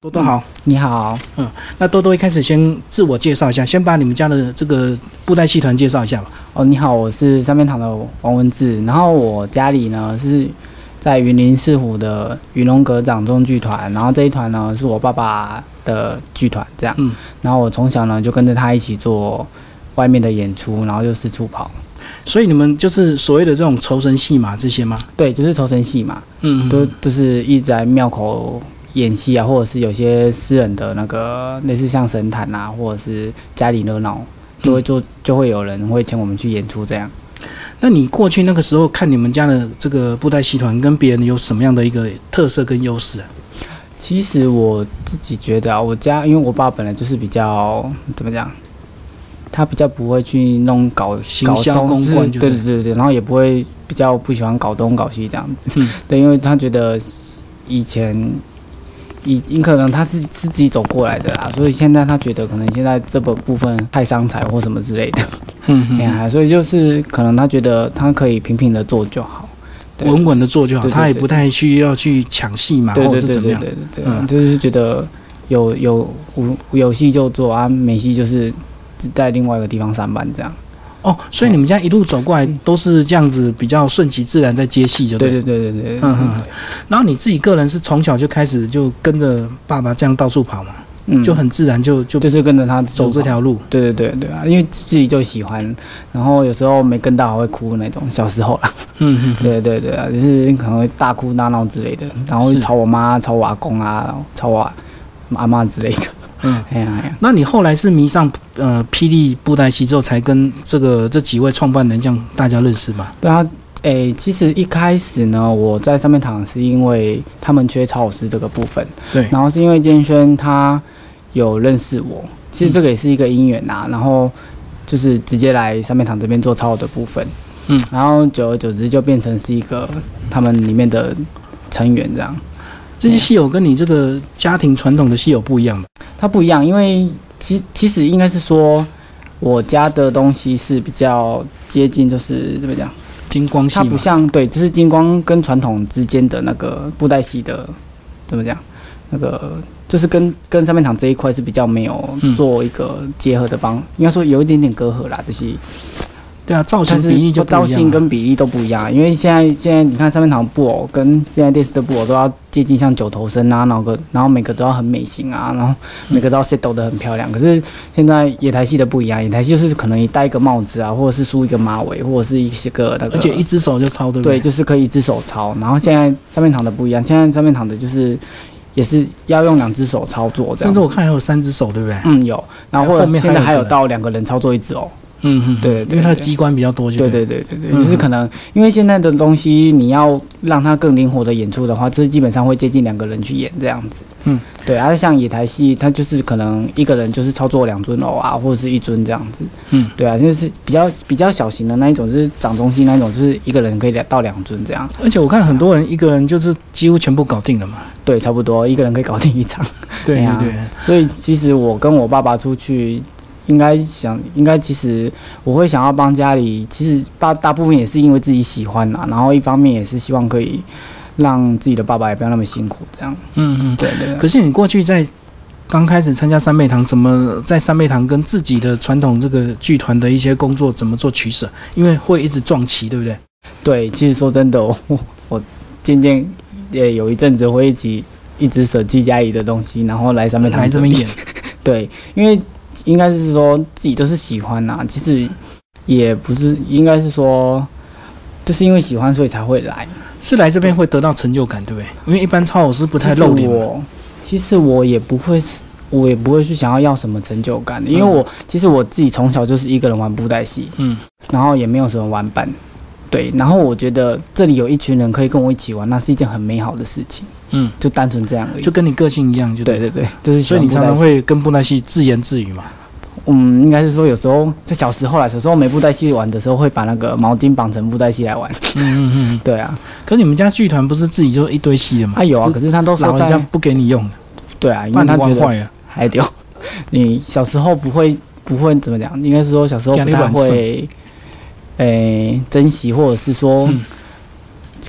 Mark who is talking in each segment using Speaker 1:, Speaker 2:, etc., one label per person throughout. Speaker 1: 多多好，
Speaker 2: 你好，
Speaker 1: 那多多一开始先自我介绍一下，先把你们家的这个布袋戏团介绍一下吧。
Speaker 2: 哦，你好，我是三面堂的王文志，然后我家里呢是在云林四湖的云龙阁掌中剧团，然后这一团呢是我爸爸的剧团，这样，
Speaker 1: 嗯
Speaker 2: 然后我从小呢就跟着他一起做外面的演出，然后就四处跑，
Speaker 1: 所以你们就是所谓的这种酬神戏嘛，这些吗？
Speaker 2: 对，就是酬神戏嘛，
Speaker 1: 嗯，
Speaker 2: 都就是一直在庙口演戏啊，或者是有些私人的那个类似像神坛啊，或者是家里热闹，就会做就会有人会请我们去演出这样。
Speaker 1: 那你过去那个时候看你们家的这个布袋戏团跟别人有什么样的一个特色跟优势啊？
Speaker 2: 其实我自己觉得啊，我家因为我爸本来就是比较怎么讲，他比较不会去弄搞
Speaker 1: 行
Speaker 2: 搞
Speaker 1: 销
Speaker 2: 东，
Speaker 1: 公
Speaker 2: 就是
Speaker 1: 关就
Speaker 2: 对
Speaker 1: 对
Speaker 2: 对对对，然后也不会比较不喜欢搞东搞西这样子，
Speaker 1: 嗯
Speaker 2: 对，因为他觉得以前。以因可能他是是自己走过来的啦，所以现在他觉得可能现在这个部分太伤财或什么之类的，哎
Speaker 1: 嗯，
Speaker 2: 呀、所以就是可能他觉得他可以平平的做就好。对
Speaker 1: 稳稳的做就好，
Speaker 2: 对对
Speaker 1: 他也
Speaker 2: 对
Speaker 1: 不太需要去抢戏嘛，
Speaker 2: 对
Speaker 1: 或
Speaker 2: 对
Speaker 1: 者是
Speaker 2: 对
Speaker 1: 怎么
Speaker 2: 对
Speaker 1: 样。
Speaker 2: 对对，
Speaker 1: 嗯
Speaker 2: 对，就是觉得有有有有戏就做啊，没戏就是只在另外一个地方上班这样。
Speaker 1: 哦，所以你们家一路走过来都是这样子，比较顺其自然在接戏，就
Speaker 2: 对
Speaker 1: 对了。
Speaker 2: 对对对对，
Speaker 1: 嗯嗯然后你自己个人是从小就开始就跟着爸爸这样到处跑嘛，
Speaker 2: 嗯
Speaker 1: 就很自然就就
Speaker 2: 就是跟着他
Speaker 1: 走这
Speaker 2: 跑。
Speaker 1: 条路。
Speaker 2: 对对对对啊，因为自己就喜欢，然后有时候没跟到还会哭那种，小时候啦。
Speaker 1: 嗯嗯嗯。
Speaker 2: 对对对啊，就是可能会大哭大闹之类的，然后
Speaker 1: 是
Speaker 2: 吵我妈、吵我阿公啊、然后吵我阿妈之类的。
Speaker 1: 嗯
Speaker 2: 哎呀哎呀，
Speaker 1: 那你后来是迷上呃霹雳布袋戏之后，才跟这个这几位创办人这样大家认识嘛？
Speaker 2: 对啊，诶、其实一开始呢，我在上面躺是因为他们缺超老师这个部分，
Speaker 1: 对，
Speaker 2: 然后是因为建轩他有认识我，其实这个也是一个因缘呐、然后就是直接来上面堂这边做操的部分，
Speaker 1: 嗯，
Speaker 2: 然后久而久之就变成是一个他们里面的成员这样。
Speaker 1: 这些戏友跟你这个家庭传统的戏友不一样吧？
Speaker 2: 它不一样，因为其其实应该是说，我家的东西是比较接近，就是怎么讲，
Speaker 1: 金光戏
Speaker 2: 它不
Speaker 1: 嘛，
Speaker 2: 像对，就是金光跟传统之间的那个布袋戏的怎么讲，那个就是跟跟上面堂这一块是比较没有
Speaker 1: 嗯
Speaker 2: 做一个结合的方，应该说有一点点隔阂啦，就是
Speaker 1: 对啊，造型
Speaker 2: 但是
Speaker 1: 比例就不一样
Speaker 2: 造
Speaker 1: 啊、
Speaker 2: 型跟比例都不一样，啊因为现在现在你看上面堂布偶跟现在电视的布偶都要接近像九头身啊，然后个然后每个都要很美型啊，
Speaker 1: 嗯
Speaker 2: 然后每个都要 set 抖得很漂亮。可是现在野台戏的不一样，野台戏就是可能你戴一个帽子啊，或者是梳一个马尾，或者是一些个那
Speaker 1: 而
Speaker 2: 个，
Speaker 1: 且一只手就超，对不
Speaker 2: 对，？就是可以一只手操。然后现在上面堂的不一样，现在上面堂的就是也是要用两只手操作这
Speaker 1: 甚
Speaker 2: 样
Speaker 1: 至
Speaker 2: 子
Speaker 1: 我。看还有三只手，对不对？
Speaker 2: 嗯，有，然后或
Speaker 1: 后
Speaker 2: 者
Speaker 1: 面还
Speaker 2: 现在
Speaker 1: 有
Speaker 2: 还
Speaker 1: 一
Speaker 2: 有
Speaker 1: 个人
Speaker 2: 到两个人操作一只哦。
Speaker 1: 嗯嗯，
Speaker 2: 对
Speaker 1: 因
Speaker 2: 对
Speaker 1: 为它的
Speaker 2: 对
Speaker 1: 机关比较多，就
Speaker 2: 对
Speaker 1: 对。
Speaker 2: 对对对对，
Speaker 1: 嗯
Speaker 2: 就是可能因为现在的东西，你要让它更灵活的演出的话，就是基本上会接近两个人去演这样子。
Speaker 1: 嗯，
Speaker 2: 对。而、像野台戏，它就是可能一个人就是操作两尊偶啊，或者是一尊这样子。
Speaker 1: 嗯，
Speaker 2: 对啊，就是比较比较小型的那一种，就是掌中心那一种，就是一个人可以两到两尊这样。
Speaker 1: 而且我看很多人一个人就是几乎全部搞定了嘛。
Speaker 2: 对，差不多一个人可以搞定一场。
Speaker 1: 对对
Speaker 2: 对啊
Speaker 1: 对，
Speaker 2: 所以其实我跟我爸爸出去，应该想，应该其实我会想要帮家里，其实大大部分也是因为自己喜欢啦，然后一方面也是希望可以让自己的爸爸也不要那么辛苦，这样。
Speaker 1: 嗯嗯。
Speaker 2: 对对
Speaker 1: 可是你过去在刚开始参加三妹堂，怎么在三妹堂跟自己的传统这个剧团的一些工作怎么做取舍？因为会一直撞期，对不对？
Speaker 2: 对，其实说真的，我我我渐渐也有一阵子会一起一直舍弃家里的东西，然后来上面
Speaker 1: 来这边演，
Speaker 2: 对，因为应该是说自己都是喜欢呐、其实也不是，应该是说就是因为喜欢所以才会来。
Speaker 1: 是来这边会得到成就感，对不对？因为一般超偶师不
Speaker 2: 其
Speaker 1: 太
Speaker 2: 实
Speaker 1: 露脸嘛。
Speaker 2: 我其实我也不会是，我也不会去想要要什么成就感，因为我、其实我自己从小就是一个人玩布袋戏，
Speaker 1: 嗯，
Speaker 2: 然后也没有什么玩伴，对。然后我觉得这里有一群人可以跟我一起玩，那是一件很美好的事情，
Speaker 1: 嗯，
Speaker 2: 就单纯这样而已。
Speaker 1: 就跟你个性一样，就
Speaker 2: 对
Speaker 1: 对。
Speaker 2: 对对，就是喜
Speaker 1: 所以你
Speaker 2: 欢布袋
Speaker 1: 常常
Speaker 2: 戏，
Speaker 1: 会跟布袋戏自言自语嘛？
Speaker 2: 嗯，应该是说有时候在小时候啦，小时候没布袋戏玩的时候，会把那个毛巾绑成布袋戏来玩。
Speaker 1: 嗯嗯嗯。
Speaker 2: 对啊，
Speaker 1: 可你们家剧团不是自己就一堆戏的嘛？
Speaker 2: 啊有啊，可是他都
Speaker 1: 只
Speaker 2: 说
Speaker 1: 老人家
Speaker 2: 在
Speaker 1: 不给你用，
Speaker 2: 对啊，因
Speaker 1: 把
Speaker 2: 为
Speaker 1: 你
Speaker 2: 他觉
Speaker 1: 玩
Speaker 2: 得
Speaker 1: 坏了。
Speaker 2: 还丢。 你小时候不会不会怎么讲？应该是说小时候不太会，诶、珍惜或者是说，
Speaker 1: 嗯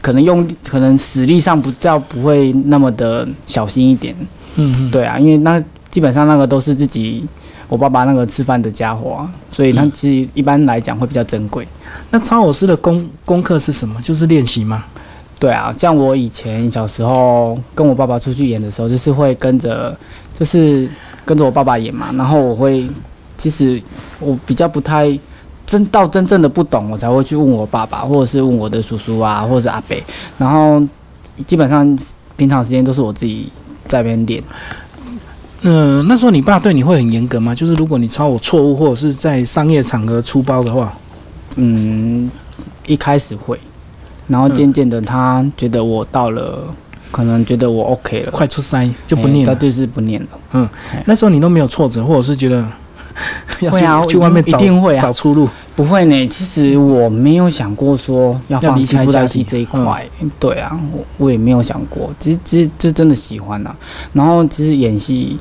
Speaker 2: 可能用可能实力上不叫不会那么的小心一点。
Speaker 1: 嗯嗯，
Speaker 2: 对啊，因为那基本上那个都是自己我爸爸那个吃饭的家伙、啊，所以他
Speaker 1: 嗯
Speaker 2: 其实一般来讲会比较珍贵。
Speaker 1: 那超偶师的功功课是什么？就是练习吗？
Speaker 2: 对啊，像我以前小时候跟我爸爸出去演的时候，就是会跟着，就是跟着我爸爸演嘛。然后我会，其实我比较不太真到真正的不懂，我才会去问我爸爸，或者是问我的叔叔啊，或者是阿伯。然后基本上平常时间都是我自己在那边练。
Speaker 1: 呃，那时候你爸对你会很严格吗？就是如果你超我错误，或者是在商业场合出包的话，
Speaker 2: 嗯，一开始会，然后渐渐的他觉得我到了，可能觉得我 OK 了，
Speaker 1: 快出塞就不
Speaker 2: 呃哎
Speaker 1: 念
Speaker 2: 他
Speaker 1: 了。
Speaker 2: 就是不念了。
Speaker 1: 那时候你都没有挫折，或者是觉 得要
Speaker 2: 会
Speaker 1: 去、
Speaker 2: 啊，
Speaker 1: 去外面
Speaker 2: 一
Speaker 1: 找
Speaker 2: 定会啊，
Speaker 1: 找出路。
Speaker 2: 不会呢，其实我没有想过说要放弃
Speaker 1: 要离开
Speaker 2: 布袋
Speaker 1: 家庭嗯
Speaker 2: 戏这一块。对啊，我我也没有想过，其实其实就真的喜欢呐、然后其实演戏，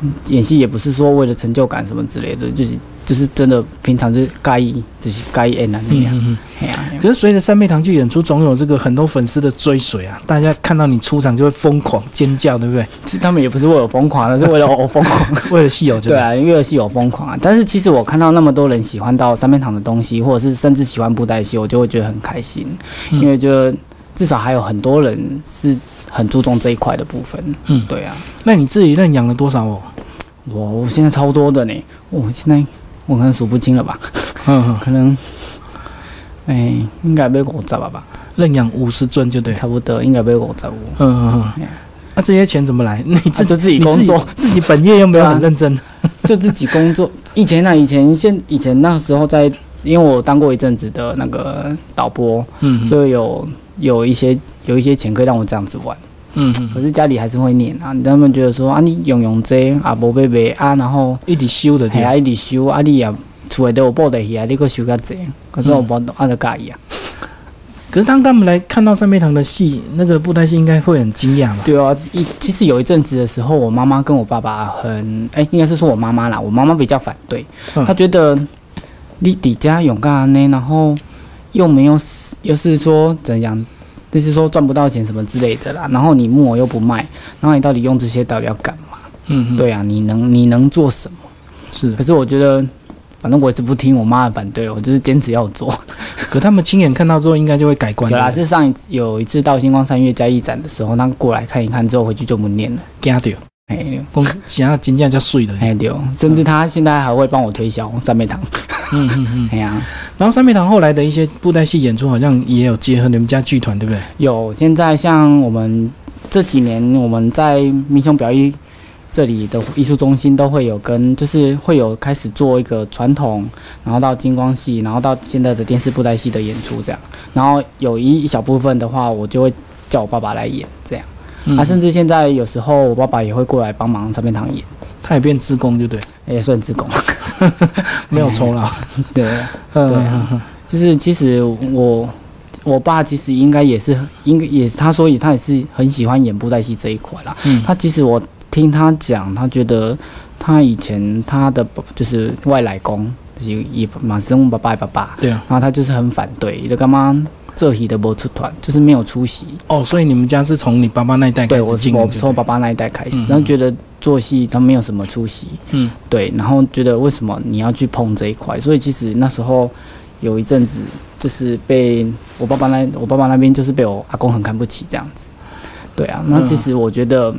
Speaker 2: 嗯演戏也不是说为了成就感什么之类的，就是就是真的平常就是该就是该演啊那
Speaker 1: 嗯
Speaker 2: 样。
Speaker 1: 嗯嗯。
Speaker 2: 哎呀、
Speaker 1: 可是随着三妹堂去演出，总有这个很多粉丝的追随啊，大家看到你出场就会疯狂尖叫，对不 对？
Speaker 2: 其实他们也不是为我疯狂，而啊是为了我疯狂。
Speaker 1: 为了戏友，
Speaker 2: 对，啊，因为乐戏有疯狂啊。但是其实我看到那么多人喜欢到三面堂的东西，或者是甚至喜欢布袋戏，我就会觉得很开心，
Speaker 1: 嗯
Speaker 2: 因为觉得至少还有很多人是很注重这一块的部分。
Speaker 1: 嗯
Speaker 2: 对啊，
Speaker 1: 那你自己认养了多少哦？
Speaker 2: 我我现在超多的呢，我现在我可能数不清了吧，
Speaker 1: 嗯，嗯
Speaker 2: 可能。哎、应该被五十啊吧吧，
Speaker 1: 认养五十尊就对。
Speaker 2: 差不多应该被五十五。
Speaker 1: 嗯嗯
Speaker 2: 哎
Speaker 1: 嗯
Speaker 2: 呀。
Speaker 1: 那、这些钱怎么来？ 你
Speaker 2: 啊、
Speaker 1: 自己、
Speaker 2: 就自
Speaker 1: 你
Speaker 2: 己
Speaker 1: 自
Speaker 2: 工
Speaker 1: 己
Speaker 2: 作，啊
Speaker 1: 自己本业又没有很认真。
Speaker 2: 就自己工作。以前啊，以前现以前那时候在，因为我当过一阵子的那个导播，
Speaker 1: 嗯嗯
Speaker 2: 就有有一些有一些钱可以让我这样子玩，
Speaker 1: 嗯
Speaker 2: 可
Speaker 1: 嗯，
Speaker 2: 是家里还是会念啊，他们觉得说啊你用用这个啊无买卖啊，然后
Speaker 1: 一直修的
Speaker 2: 还
Speaker 1: 对啊。
Speaker 2: 要一直收啊你也厝内都有报得去啊，你搁收较济，可是我
Speaker 1: 嗯
Speaker 2: 无啊就介意啊，
Speaker 1: 可是当他们来看到三妹堂的戏，那个布袋戏应该会很惊讶吧？
Speaker 2: 对啊，一其实有一阵子的时候，我妈妈跟我爸爸很哎、应该是说我妈妈啦，我妈妈比较反对，
Speaker 1: 嗯
Speaker 2: 她觉得你底家用干呢，然后又没有又是说怎样，就是说赚不到钱什么之类的啦，然后你木偶又不卖，然后你到底用这些到底要干嘛？
Speaker 1: 嗯，嗯，
Speaker 2: 对啊，你能你能做什么？
Speaker 1: 是。
Speaker 2: 可是我觉得，反正我也是不听我妈的反对，我就是坚持要做。
Speaker 1: 可他们亲眼看到之后，应该就会改观
Speaker 2: 对啦，
Speaker 1: 的。
Speaker 2: 是上一次有一次到星光三月嘉义展的时候，他过来看一看之后，回去就不念了。
Speaker 1: 惊掉，
Speaker 2: 哎，
Speaker 1: 讲想要金价叫碎的。
Speaker 2: 哎对，甚至他现在还会帮我推销三妹堂。
Speaker 1: 嗯嗯嗯。
Speaker 2: 哎呀、
Speaker 1: 然后三妹堂后来的一些布袋戏演出，好像也有结合你们家剧团，对不对？
Speaker 2: 有现在像我们这几年我们在民雄表艺这里的艺术中心都会有跟，就是会有开始做一个传统，然后到金光戏，然后到现在的电视布袋戏的演出这样。然后有一一小部分的话，我就会叫我爸爸来演这样。
Speaker 1: 嗯
Speaker 2: 啊，甚至现在有时候我爸爸也会过来帮忙三面堂演，
Speaker 1: 他也变自工，对不对？
Speaker 2: 也算自贡。
Speaker 1: 没有酬劳。
Speaker 2: 对。
Speaker 1: 嗯
Speaker 2: 对啊
Speaker 1: 嗯嗯
Speaker 2: 就是其实我我爸其实应该也是应该也他说也他也是很喜欢演布袋戏这一块啦。
Speaker 1: 嗯
Speaker 2: 他其实我听他讲，他觉得他以前他的爸就是外来公，就是也马上问爸爸爸爸，
Speaker 1: 对啊。
Speaker 2: 然后他就是很反对，就干嘛这戏的播出团就是没有出席。
Speaker 1: 哦，所以你们家是从你爸爸那一代开
Speaker 2: 对，
Speaker 1: 始
Speaker 2: 我是
Speaker 1: 进入
Speaker 2: 我
Speaker 1: 就对
Speaker 2: 从我爸爸那一代开始
Speaker 1: 嗯，
Speaker 2: 然后觉得做戏他没有什么出息，
Speaker 1: 嗯，
Speaker 2: 对，然后觉得为什么你要去碰这一块？所以其实那时候有一阵子就是被我爸爸那我爸爸那边就是被我阿公很看不起这样子，对啊。那
Speaker 1: 嗯
Speaker 2: 其实我觉得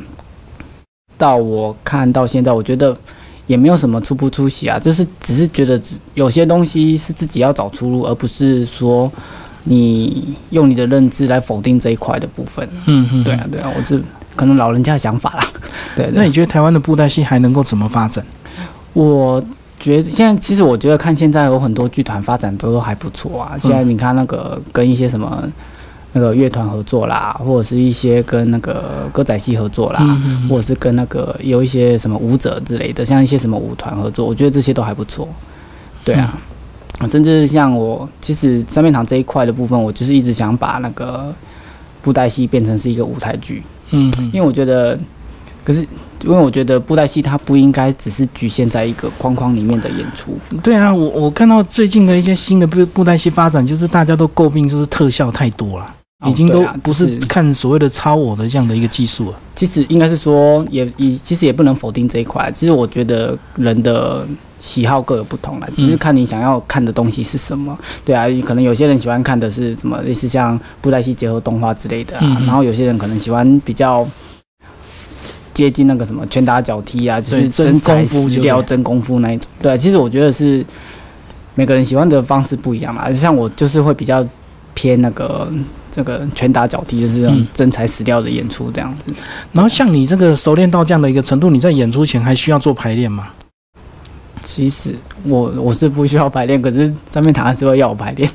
Speaker 2: 到我看到现在，我觉得。也没有什么出不出息啊，就是只是觉得只有些东西是自己要找出路，而不是说你用你的认知来否定这一块的部分。
Speaker 1: 嗯嗯。
Speaker 2: 对啊，对啊，我这可能老人家的想法啦。对
Speaker 1: 那
Speaker 2: 对，
Speaker 1: 你觉得台湾的布袋戏还能够怎么发展？
Speaker 2: 我觉得现在其实我觉得看现在有很多剧团发展都都还不错啊。现在你看那个跟一些什么那个乐团合作啦，或者是一些跟那个歌仔戏合作啦。
Speaker 1: 嗯，
Speaker 2: 或者是跟那个有一些什么舞者之类的，像一些什么舞团合作，我觉得这些都还不错。对啊，甚至像我，其实三面堂这一块的部分，我就是一直想把那个布袋戏变成是一个舞台剧，
Speaker 1: 嗯嗯
Speaker 2: 因为我觉得，可是因为我觉得布袋戏它不应该只是局限在一个框框里面的演出。
Speaker 1: 对啊，我我看到最近的一些新的布布袋戏发展，就是大家都诟病就是特效太多了。
Speaker 2: 哦
Speaker 1: 已经都
Speaker 2: 对啊
Speaker 1: 不
Speaker 2: 就是是
Speaker 1: 看所谓的超我的这样的一个技术了。
Speaker 2: 其实应该是说也也其实也不能否定这一块。其实我觉得人的喜好各有不
Speaker 1: 嗯
Speaker 2: 同啦，只是看你想要看的东西是什么。对啊，可能有些人喜欢看的是什么类似像布袋戏结合动画之类的啊，
Speaker 1: 嗯嗯
Speaker 2: 然后有些人可能喜欢比较。接近那个什么拳打脚踢啊，就是
Speaker 1: 对真
Speaker 2: 真材
Speaker 1: 功夫
Speaker 2: 实
Speaker 1: 就
Speaker 2: 料、
Speaker 1: 对
Speaker 2: 真功夫那一种。对啊，其实我觉得是每个人喜欢的方式不一样啦。像我就是会比较偏那个这个拳打脚踢，就是这种
Speaker 1: 嗯
Speaker 2: 真材实料的演出这样子。
Speaker 1: 然后像你这个熟练到这样的一个程度，你在演出前还需要做排练吗？
Speaker 2: 其实我我是不需要排练，可是上面塔是会要我排练。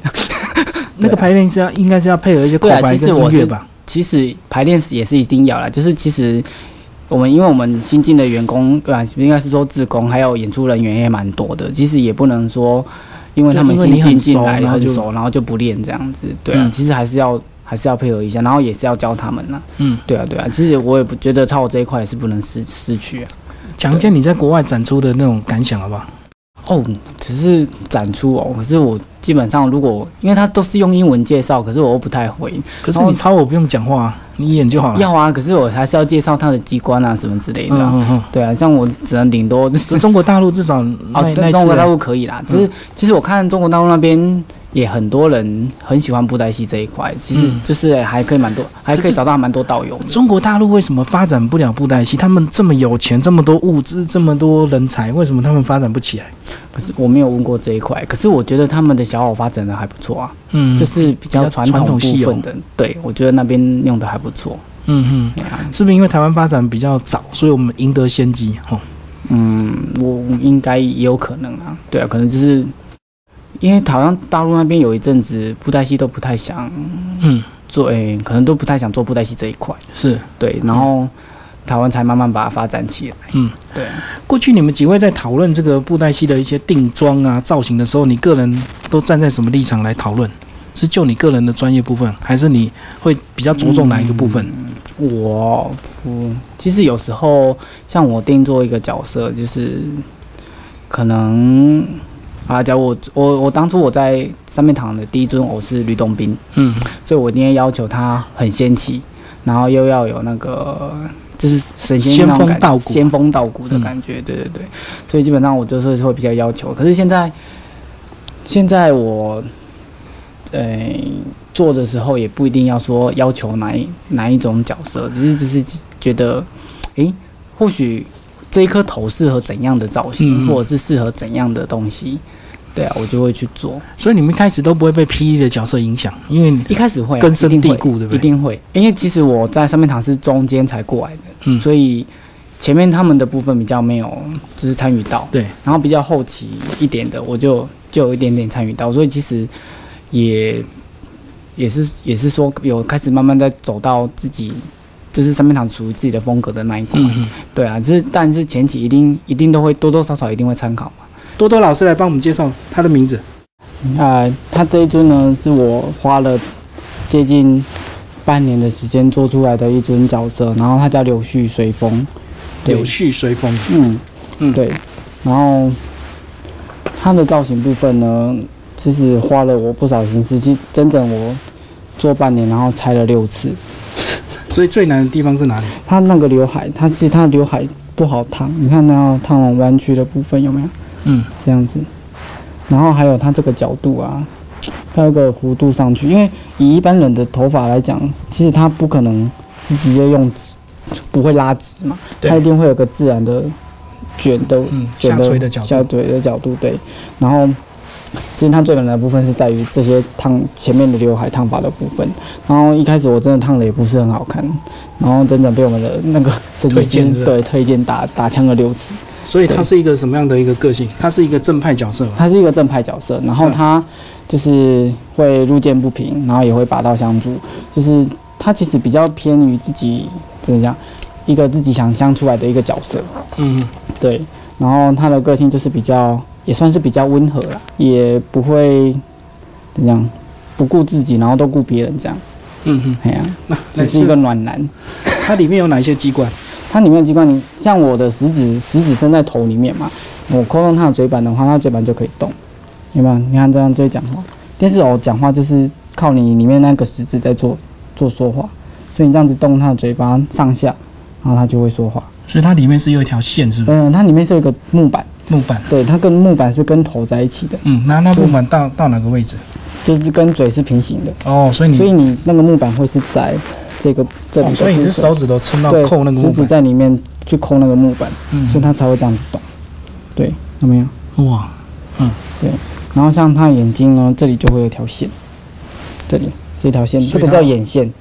Speaker 1: 那个排练是要应该是要配合一些口
Speaker 2: 啊对啊
Speaker 1: 白
Speaker 2: 其
Speaker 1: 跟
Speaker 2: 实我
Speaker 1: 音乐
Speaker 2: 是
Speaker 1: 吧？
Speaker 2: 其实排练也是一定要啦，就是其实我们因为我们新进的员工，对吧、应该是说职工还有演出人员也蛮多的，其实也不能说因为他们
Speaker 1: 就因为
Speaker 2: 新
Speaker 1: 你很
Speaker 2: 进进来
Speaker 1: 熟然后
Speaker 2: 很
Speaker 1: 就
Speaker 2: 熟，然后就不练这样子。对啊，
Speaker 1: 嗯
Speaker 2: 其实还是要还是要配合一下，然后也是要教他们啦。
Speaker 1: 嗯，
Speaker 2: 对啊，对啊，其实我也不觉得超我这一块也是不能失失去啊。
Speaker 1: 讲一下你在国外展出的那种感想好不好？
Speaker 2: 哦，只是展出哦，可是我基本上如果因为他都是用英文介绍，可是我又不太会。
Speaker 1: 可是
Speaker 2: 然后
Speaker 1: 你超我不用讲话、啊，你演就好了。
Speaker 2: 要啊，可是我还是要介绍他的机关啊什么之类的
Speaker 1: 嗯
Speaker 2: 啊、
Speaker 1: 嗯嗯。
Speaker 2: 对啊，像我只能顶多就
Speaker 1: 这
Speaker 2: 是
Speaker 1: 中国大陆至少 那、
Speaker 2: 哦，
Speaker 1: 那嗯
Speaker 2: 对，
Speaker 1: 一
Speaker 2: 中国大
Speaker 1: 次，啊
Speaker 2: 陆可以啦。只是、其实我看中国大陆那边也很多人很喜欢布袋戏这一块，其实
Speaker 1: 嗯
Speaker 2: 就是还可以蛮多，还可
Speaker 1: 可
Speaker 2: 以
Speaker 1: 是
Speaker 2: 找到蛮多道友的。
Speaker 1: 中国大陆为什么发展不了布袋戏？他们这么有钱，这么多物资，这么多人才，为什么他们发展不起来？
Speaker 2: 可是我没有问过这一块，可是我觉得他们的小偶发展的还不错啊，
Speaker 1: 嗯，
Speaker 2: 就是比较
Speaker 1: 比较
Speaker 2: 传
Speaker 1: 传
Speaker 2: 统
Speaker 1: 统哦
Speaker 2: 部
Speaker 1: 戏偶
Speaker 2: 分的，对我觉得那边用的还不错。
Speaker 1: 嗯
Speaker 2: 对啊
Speaker 1: 嗯，是不是因为台湾发展比较早，所以我们赢得先机？哦，
Speaker 2: 嗯，我应该也有可能啊，对啊，可能就是因为好像大陆那边有一阵子布袋戏都不太想
Speaker 1: 嗯，
Speaker 2: 做，诶、可能都不太想做布袋戏这一块，
Speaker 1: 是。
Speaker 2: 对，然后台湾才慢慢把它发展起来，
Speaker 1: 嗯，
Speaker 2: 对，
Speaker 1: 过去你们几位在讨论这个布袋戏的一些定妆啊、造型的时候，你个人都站在什么立场来讨论？是就你个人的专业部分，还是你会比较着重哪一个部分？
Speaker 2: 嗯我不，其实有时候像我定做一个角色，就是可能啊，假如我我我当初我在三面堂的第一尊偶是吕洞宾，
Speaker 1: 嗯
Speaker 2: 所以我今天要求他很仙气，然后又要有那个就是神仙那种感
Speaker 1: 仙风道
Speaker 2: 觉，
Speaker 1: 骨嗯
Speaker 2: 仙风道骨的感觉，对对对，所以基本上我就是会比较要求。可是现在，现在我，呃，做的时候也不一定要说要求哪一哪一种角色，只是只是觉得，诶，或许这一颗头适合怎样的造型，
Speaker 1: 嗯嗯
Speaker 2: 或者是适合怎样的东西，对啊，我就会去做。
Speaker 1: 所以你们一开始都不会被 P E 的角色影响，因为你
Speaker 2: 一开始会啊
Speaker 1: 根深
Speaker 2: 一定
Speaker 1: 蒂
Speaker 2: 会
Speaker 1: 固，对不
Speaker 2: 一
Speaker 1: 对？
Speaker 2: 定会，因为其实我在上面堂是中间才过来的，
Speaker 1: 嗯
Speaker 2: 所以前面他们的部分比较没有就是参与到，
Speaker 1: 对，
Speaker 2: 然后比较后期一点的我就就有一点点参与到，所以其实也也是也是说有开始慢慢在走到自己就是上面堂属于自己的风格的那一块，
Speaker 1: 嗯嗯，
Speaker 2: 对啊，就是但是前期一定一定都会多多少少一定会参考嘛，
Speaker 1: 多多老师来帮我们介绍他的名字，
Speaker 2: 啊、他这一尊呢是我花了接近半年的时间做出来的一尊角色，然后他叫柳絮随风，对
Speaker 1: 柳絮随风。
Speaker 2: 嗯
Speaker 1: 嗯
Speaker 2: 对，然后它的造型部分呢，其实花了我不少心思，其实整整我做半年，然后拆了六次。
Speaker 1: 所以最难的地方是哪里？
Speaker 2: 它那个刘海，它其实它的刘海不好烫，你看它烫往弯曲的部分有没有？
Speaker 1: 嗯，
Speaker 2: 这样子，然后还有它这个角度啊，还有一个弧度上去，因为以一般人的头发来讲，其实它不可能是直接用直，不会拉直嘛，
Speaker 1: 对
Speaker 2: 它一定会有个自然的卷的
Speaker 1: 嗯，
Speaker 2: 卷
Speaker 1: 下垂的角
Speaker 2: 下
Speaker 1: 度。
Speaker 2: 垂的角度对，然后。其实它最难的部分是在于这些烫前面的刘海烫发的部分，然后一开始我真的烫的也不是很好看，然后整整被我们的那个设计
Speaker 1: 推荐是不
Speaker 2: 师
Speaker 1: 是
Speaker 2: 对推荐打打枪了六次，
Speaker 1: 所以他是一个什么样的一个个性？他是一个正派角色嘛？
Speaker 2: 他是一个正派角色，然后他就是会路见不平，然后也会拔刀相助，就是他其实比较偏于自己怎么讲，一个自己想象出来的一个角色，
Speaker 1: 嗯，
Speaker 2: 对，然后他的个性就是比较也算是比较温和啦，也不会怎样不顾自己，然后都顾别人这样，
Speaker 1: 嗯嗯，
Speaker 2: 哎呀、
Speaker 1: 那
Speaker 2: 只
Speaker 1: 那
Speaker 2: 是一个暖 男。
Speaker 1: 它里面有哪一些机关？
Speaker 2: 它里面的机关，你像我的食指，食指伸在头里面嘛，我扣动它的嘴板的话，它的嘴板就可以动，有没有？你看这样就会讲话。电视偶讲话就是靠你里面那个食指在做做说话，所以你这样子动它的嘴巴上下，然后它就会说话。
Speaker 1: 所以它里面是有一条线，是不是？
Speaker 2: 嗯，它里面是有一个木板，
Speaker 1: 木板。
Speaker 2: 对，它跟木板是跟头在一起的，
Speaker 1: 嗯，那那木板到到哪个位置？
Speaker 2: 就是
Speaker 1: 嗯
Speaker 2: 跟嘴是平行的，
Speaker 1: 哦，所以
Speaker 2: 所以
Speaker 1: 你，
Speaker 2: 你那个木板会是在这个这里的
Speaker 1: 哦
Speaker 2: 部分、
Speaker 1: 所以你是手指头撑到
Speaker 2: 对
Speaker 1: 扣那个木
Speaker 2: 食指
Speaker 1: 板。
Speaker 2: 在里面去抠那个木板，所
Speaker 1: 嗯，
Speaker 2: 以它才会这样子动。对，有没有？
Speaker 1: 哇，
Speaker 2: 然后像它眼睛呢，这里就会有一条线，这里这条线，这
Speaker 1: 所以
Speaker 2: 个
Speaker 1: 它
Speaker 2: 叫眼线。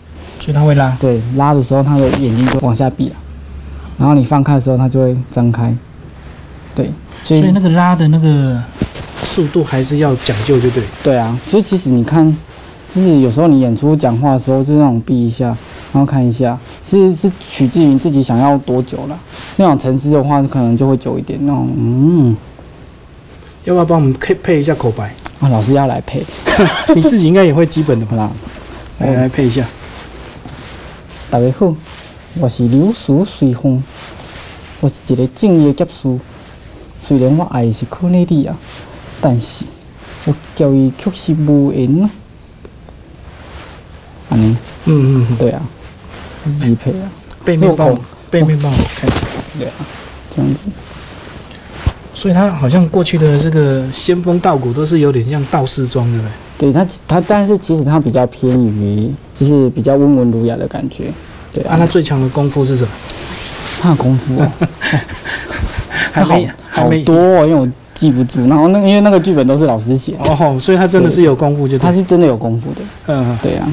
Speaker 1: 所以它会拉。
Speaker 2: 对，拉的时候它的眼睛就往下闭了，然后你放开的时候它就会张开。对，
Speaker 1: 所
Speaker 2: 所以
Speaker 1: 以那个拉的那个速度还是要讲究，就对。
Speaker 2: 对啊，所以其实你看，就是有时候你演出讲话的时候，就是那种闭一下，然后看一下，其实是取决于你自己想要多久了。那种沉思的话，可能就会久一点。那种嗯，
Speaker 1: 要不要帮我们配配一下口 白？
Speaker 2: 啊，老师要来配，
Speaker 1: 你自己应该也会基本的吧
Speaker 2: 好？啦，
Speaker 1: 来来配一下。
Speaker 2: 大家好，我是流苏随风，我是一个正业的剑士。虽然我爱的是科内利亚，但是我交伊确实无缘啊。安尼，
Speaker 1: 嗯嗯嗯，
Speaker 2: 对啊，自己配啊，
Speaker 1: 背面帮
Speaker 2: 入
Speaker 1: 我
Speaker 2: 口，
Speaker 1: 背面帮我看。
Speaker 2: 对啊，这样子。
Speaker 1: 所以他好像过去的这个仙风道骨都是有点像道士装，对不对？
Speaker 2: 对他，他但是其实他比较偏于就是比较温文儒雅的感觉，对
Speaker 1: 啊，
Speaker 2: 啊，
Speaker 1: 他最强的功夫是什么？
Speaker 2: 他的功夫、哦、
Speaker 1: 还没
Speaker 2: 他好
Speaker 1: 还
Speaker 2: 好
Speaker 1: 没
Speaker 2: 多、哦，因为我记不住。然后那个因为那个剧本都是老师写的，
Speaker 1: 哦吼，所以他真的是有功夫，就
Speaker 2: 他
Speaker 1: 对。
Speaker 2: 是真的有功夫的，
Speaker 1: 嗯，
Speaker 2: 对啊。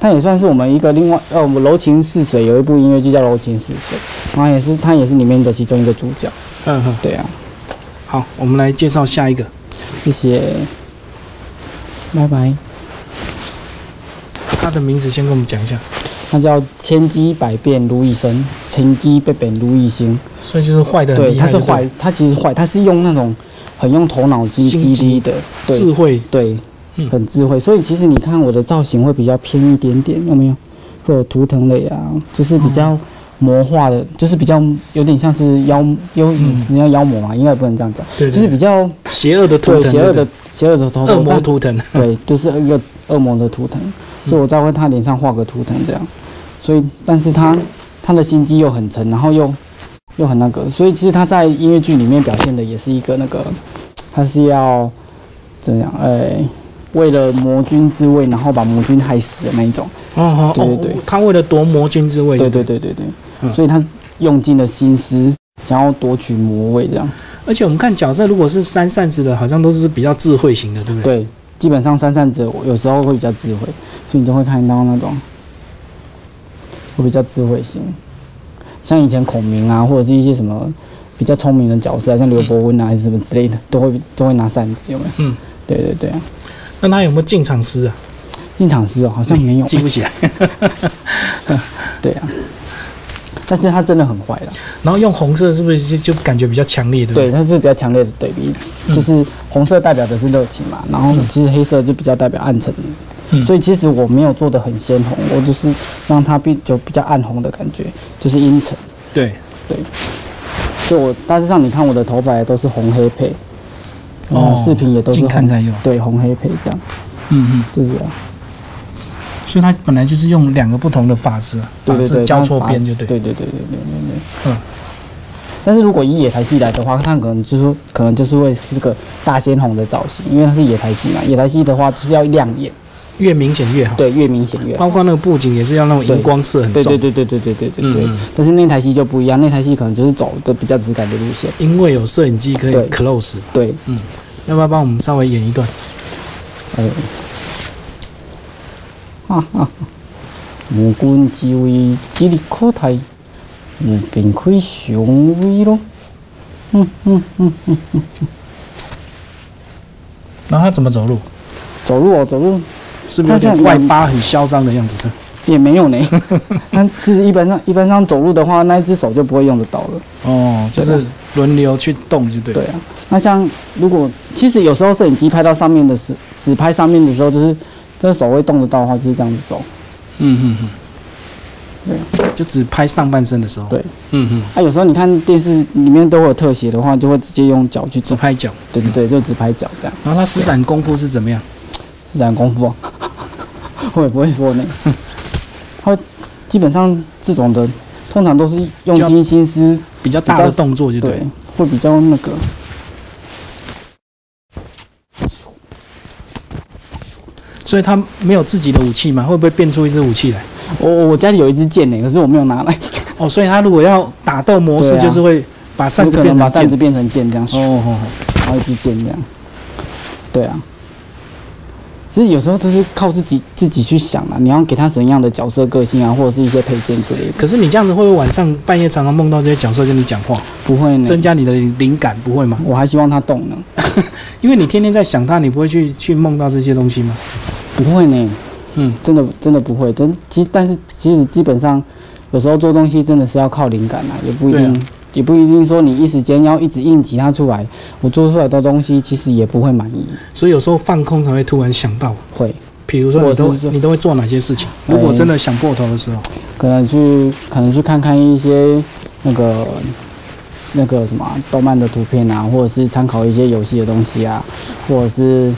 Speaker 2: 他也算是我们一个另外呃，我们《柔情似水》有一部音乐剧叫《柔情似水》，然后也是他也是里面的其中一个主角，
Speaker 1: 嗯嗯，
Speaker 2: 对啊，
Speaker 1: 好，我们来介绍下一个。
Speaker 2: 谢谢，拜拜。
Speaker 1: 他的名字先跟我们讲一下，
Speaker 2: 他叫千机百变如一生，千机百变如一心。
Speaker 1: 所以就是坏的很
Speaker 2: 对，
Speaker 1: 厉
Speaker 2: 他
Speaker 1: 害，
Speaker 2: 是
Speaker 1: 就对
Speaker 2: 坏，他其实坏，他是用那种很用头脑机
Speaker 1: 心
Speaker 2: 机
Speaker 1: 机
Speaker 2: 机的，
Speaker 1: 智
Speaker 2: 对
Speaker 1: 慧，
Speaker 2: 对，
Speaker 1: 嗯
Speaker 2: 很智慧。所以其实你看我的造型会比较偏一点点，有没有？会有图腾类啊，就是比较魔化的，就是比较有点像是妖妖，
Speaker 1: 嗯
Speaker 2: 你要妖魔嘛，应该也不能这样讲，
Speaker 1: 对，
Speaker 2: 就是比较
Speaker 1: 邪恶的图
Speaker 2: 对
Speaker 1: 腾，
Speaker 2: 邪恶的
Speaker 1: 对
Speaker 2: 邪恶的头
Speaker 1: 不对恶
Speaker 2: 头
Speaker 1: 魔图腾。
Speaker 2: 对，就是一个恶魔的图腾，所以我才会他脸上画个图腾这样。所以，但是他他的心机又很沉，然后又又很那个，所以其实他在音乐剧里面表现的也是一个那个，他是要怎样？哎、为了魔君之位，然后把魔君害死的那一种。
Speaker 1: 哦哦
Speaker 2: 对对对
Speaker 1: 哦，他为了夺魔君之位，
Speaker 2: 对对对对对，
Speaker 1: 嗯
Speaker 2: 所以他用尽了心思，想要夺取魔位这样。
Speaker 1: 而且我们看角色，如果是三扇子的，好像都是比较智慧型的，对不对？
Speaker 2: 对，基本上三扇子有时候会比较智慧，所以你就会看到那种会比较智慧型，像以前孔明啊，或者是一些什么比较聪明的角色啊，像刘伯温啊，还是什么之类的，都会都会拿扇子，有没有？
Speaker 1: 嗯，
Speaker 2: 对对对啊。
Speaker 1: 那他有没有进场诗啊？
Speaker 2: 进场诗哦，好像没有。
Speaker 1: 记不起来。
Speaker 2: 对啊，但是他真的很坏了。
Speaker 1: 然后用红色是不是就就感觉比较强烈，对不
Speaker 2: 对，
Speaker 1: 对？
Speaker 2: 它是比较强烈的对比，
Speaker 1: 嗯
Speaker 2: 就是红色代表的是热情嘛，然后
Speaker 1: 嗯
Speaker 2: 其实黑色就比较代表暗沉，
Speaker 1: 嗯
Speaker 2: 所以其实我没有做的很鲜红，我就是让它比就比较暗红的感觉，就是阴沉。
Speaker 1: 对，
Speaker 2: 所以我大致上你看我的头发也都是红黑配，
Speaker 1: 哦
Speaker 2: 哦，饰品也都是
Speaker 1: 近看
Speaker 2: 红，
Speaker 1: 才有。
Speaker 2: 对，红黑配这样，
Speaker 1: 嗯嗯，
Speaker 2: 就是啊这样，
Speaker 1: 所以他本来就是用两个不同的发质，
Speaker 2: 对
Speaker 1: 发
Speaker 2: 对
Speaker 1: 质
Speaker 2: 对，
Speaker 1: 交
Speaker 2: 它
Speaker 1: 错
Speaker 2: 发
Speaker 1: 边就
Speaker 2: 对
Speaker 1: 对。
Speaker 2: 对对对对对对，
Speaker 1: 嗯。
Speaker 2: 但是如果以野台戏来的话，它可能就是可能就是会是这个大鲜红的造型，因为它是野台戏嘛。野台戏的话就是要亮眼，
Speaker 1: 越明显越好。
Speaker 2: 对，越明显越好。
Speaker 1: 包括那个布景也是要那种荧光色很
Speaker 2: 对
Speaker 1: 哦重。
Speaker 2: 对对对对对对对对
Speaker 1: 嗯嗯。
Speaker 2: 但是那台戏就不一样，那台戏可能就是走的比较直感的路线。
Speaker 1: 因为有摄影机可以
Speaker 2: 对
Speaker 1: close，
Speaker 2: 对，
Speaker 1: 要不要帮我们稍微演一段？
Speaker 2: 哎。啊啊！无君之位指日可待，吾便开雄威咯。
Speaker 1: 然后他怎么走路？
Speaker 2: 走路哦，走路
Speaker 1: 是不是有
Speaker 2: 他
Speaker 1: 点
Speaker 2: 像
Speaker 1: 外八很嚣张的样子？
Speaker 2: 也没有呢。那就是一般上一般上走路的话，那一只手就不会用得到了。
Speaker 1: 哦，就是轮流去动就对。
Speaker 2: 对啊，那像如果其实有时候摄影机拍到上面的时，只拍上面的时候，就是这手会动得到的话，就是这样子走。
Speaker 1: 嗯嗯嗯。对，就只拍上半身的时候。
Speaker 2: 对。
Speaker 1: 嗯嗯，
Speaker 2: 啊，有时候你看电视里面都会有特写的话，就会直接用脚去
Speaker 1: 只
Speaker 2: 走。
Speaker 1: 拍脚。
Speaker 2: 对对对，就只拍脚这样，
Speaker 1: 然后他施展功夫是怎么样？
Speaker 2: 是这样功夫、哦。啊 我也不会说呢。它基本上这种的，通常都是用
Speaker 1: 就要
Speaker 2: 尽心思，
Speaker 1: 比较大
Speaker 2: 比
Speaker 1: 的
Speaker 2: 较
Speaker 1: 动作就对
Speaker 2: 对。，会比较那个。
Speaker 1: 所以他没有自己的武器嘛，会不会变出一支武器来？
Speaker 2: 我我我家里有一支剑呢，可是我没有拿来，
Speaker 1: 哦，所以他如果要打斗模式，
Speaker 2: 对啊
Speaker 1: 就是会把扇
Speaker 2: 我
Speaker 1: 子
Speaker 2: 可
Speaker 1: 变
Speaker 2: 能把
Speaker 1: 成
Speaker 2: 扇
Speaker 1: 剑
Speaker 2: 子。变成剑这样。
Speaker 1: 哦哦哦，
Speaker 2: 然后一支箭这样。对啊，其实有时候都是靠自己自己去想啊，你要给他什么样的角色个性啊，或者是一些配件之类的，
Speaker 1: 可是你这样子会不会晚上半夜常常梦到这些角色跟你讲话，
Speaker 2: 不会呢。
Speaker 1: 增加你的灵感，不会吗？
Speaker 2: 我还希望他动呢，
Speaker 1: 因为你天天在想他，你不会去去梦到这些东西吗？
Speaker 2: 不会呢，
Speaker 1: 嗯，
Speaker 2: 真的真的不会。真其实但是其实基本上，有时候做东西真的是要靠灵感啊，也不一定、
Speaker 1: 对
Speaker 2: 也不一定说你一时间要一直硬挤它出来，我做出来的东西其实也不会满意，
Speaker 1: 所以有时候放空才会突然想到，
Speaker 2: 会
Speaker 1: 比如说你
Speaker 2: 或者是
Speaker 1: 都
Speaker 2: 说哎
Speaker 1: 你都会做哪些事情？如果真的想破头的时候，
Speaker 2: 可能去可能去看看一些那个那个什么啊动漫的图片啊，或者是参考一些游戏的东西啊，或者是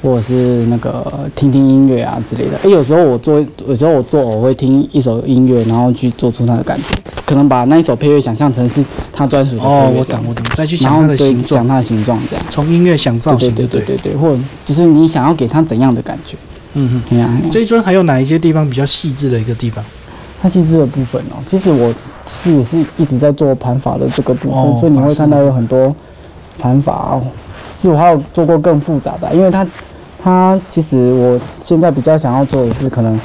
Speaker 2: 或者是那个听听音乐啊之类的。诶，有时候我做，有时候我做，我会听一首音乐，然后去做出它的感觉，可能把那一首配乐想象成是它专属的配乐
Speaker 1: 哦，我
Speaker 2: 这样
Speaker 1: 懂我懂，再去
Speaker 2: 然
Speaker 1: 想
Speaker 2: 后
Speaker 1: 它的
Speaker 2: 对
Speaker 1: 形
Speaker 2: 想
Speaker 1: 状，
Speaker 2: 它的形状这样。
Speaker 1: 从音乐想造
Speaker 2: 对
Speaker 1: 型，
Speaker 2: 对
Speaker 1: 对对？
Speaker 2: 对对对，或者就是你想要给它怎样的感觉？
Speaker 1: 嗯嗯。
Speaker 2: 哎呀、嘿呀
Speaker 1: 这一尊还有哪一些地方比较细致的一个地方？
Speaker 2: 它细致的部分哦，其实我是也是一直在做盘法的这个部分，
Speaker 1: 哦
Speaker 2: 所以你会看
Speaker 1: 法
Speaker 2: 到
Speaker 1: 式的
Speaker 2: 有很多盘法哦。其实我还有做过更复杂的，因为它它其实我现在比较想要做的是可能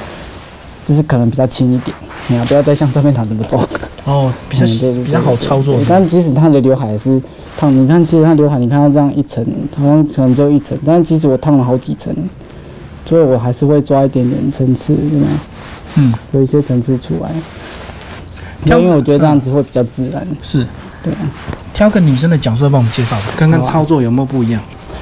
Speaker 2: 就是可能比较轻一点，你啊要不要再像上面躺这么重，
Speaker 1: 哦，比较
Speaker 2: 嗯对对
Speaker 1: 比较好操作
Speaker 2: 对
Speaker 1: 是吧。
Speaker 2: 但即使它的刘海是烫，你看其实它刘海，你看它这样一层，好像可能只有一层，但其实我烫了好几层，所以我还是会抓一点点层次，对吗？
Speaker 1: 嗯，
Speaker 2: 有一些层次出来。因
Speaker 1: 挑
Speaker 2: 为
Speaker 1: 个
Speaker 2: 我觉得这样子会比较自然。
Speaker 1: 是。
Speaker 2: 对啊。
Speaker 1: 挑个女生的角色帮我们介绍吧，看看
Speaker 2: 好啊
Speaker 1: 操作有没有不一样。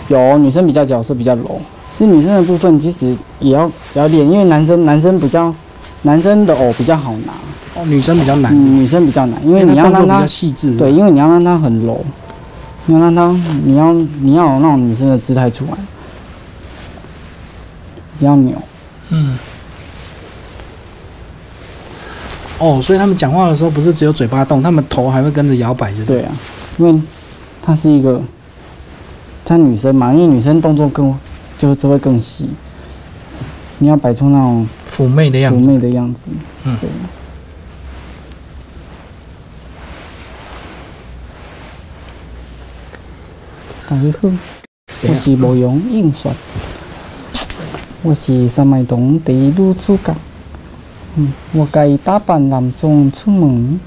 Speaker 2: 有女生比较角色比较柔，是女生的部分其实也要也要练，因为男生男生比较男生的偶比较好拿，
Speaker 1: 哦，女生比较难，
Speaker 2: 嗯女生比较难，因为
Speaker 1: 因
Speaker 2: 你
Speaker 1: 为
Speaker 2: 要
Speaker 1: 她动作
Speaker 2: 让
Speaker 1: 比
Speaker 2: 她
Speaker 1: 较细致。
Speaker 2: 对，，因为你要让她很柔，你要让她你要你要有那种女生的姿态出来，比较扭。
Speaker 1: 嗯。哦，所以他们讲话的时候不是只有嘴巴动，他们头还会跟着摇摆，就
Speaker 2: 对啊，因为她是一个，她女生嘛，因为女生动作更就是会更细，你要摆出那种
Speaker 1: 妩媚的样
Speaker 2: 妩
Speaker 1: 子。
Speaker 2: 媚的样子。
Speaker 1: 嗯
Speaker 2: 对。大家好，我是无用应选，我是三麦堂第一女主角。嗯，我该打扮男装出门。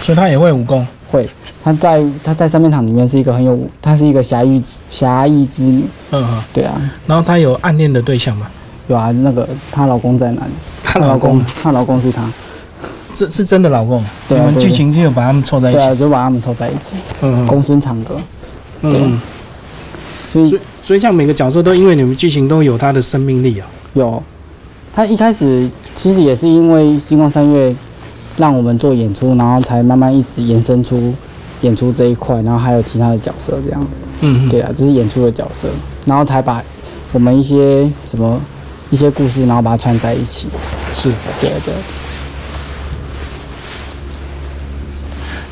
Speaker 1: 所以他也会武功。
Speaker 2: 会，她在她在三面堂里面是一个很有，她是一个侠义之侠义之女。
Speaker 1: 嗯嗯。
Speaker 2: 对啊，
Speaker 1: 然后她有暗恋的对象嘛？
Speaker 2: 有啊，那个她老公在哪里？
Speaker 1: 她老公，
Speaker 2: 她老公是她。
Speaker 1: 这是真的老公。
Speaker 2: 对啊
Speaker 1: 你们
Speaker 2: 对
Speaker 1: 剧
Speaker 2: 对
Speaker 1: 情是有把他们凑在一
Speaker 2: 对
Speaker 1: 起。
Speaker 2: 啊，就把他们凑在一起，
Speaker 1: 嗯嗯
Speaker 2: 公孙长歌。
Speaker 1: 嗯
Speaker 2: 对啊
Speaker 1: 嗯。
Speaker 2: 所以
Speaker 1: 所以，所以像每个角色都因为你们剧情都有他的生命力啊。
Speaker 2: 有，他一开始其实也是因为星光三月让我们做演出，然后才慢慢一直延伸出演出这一块，然后还有其他的角色这样子。
Speaker 1: 嗯，嗯
Speaker 2: 对啊，就是演出的角色，然后才把我们一些什么一些故事，然后把它串在一起。
Speaker 1: 是。
Speaker 2: 对啊对，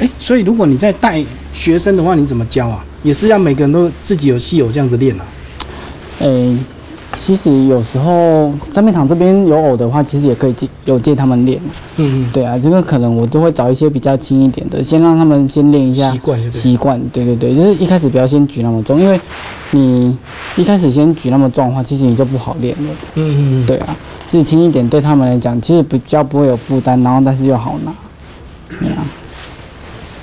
Speaker 1: 哎，所以如果你在带学生的话，你怎么教啊？也是要每个人都自己有戏友这样子练啊。
Speaker 2: 诶、其实有时候三面堂这边有偶的话，其实也可以借有借他们练。
Speaker 1: 嗯
Speaker 2: 对啊，这个可能我都会找一些比较轻一点的，先让他们先练一
Speaker 1: 嗯，
Speaker 2: 下
Speaker 1: 习惯就对。
Speaker 2: 习惯，对对对，就是一开始不要先举那么重，因为你一开始先举那么重的话，其实你就不好练了。
Speaker 1: 嗯嗯嗯，
Speaker 2: 对啊，自己轻一点对他们来讲，其实比较不会有负担，然后但是又好拿，对啊，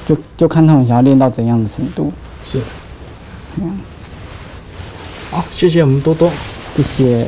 Speaker 2: 就就看他们想要练到怎样的程度。
Speaker 1: 是。好，谢谢我们多多。
Speaker 2: 谢谢。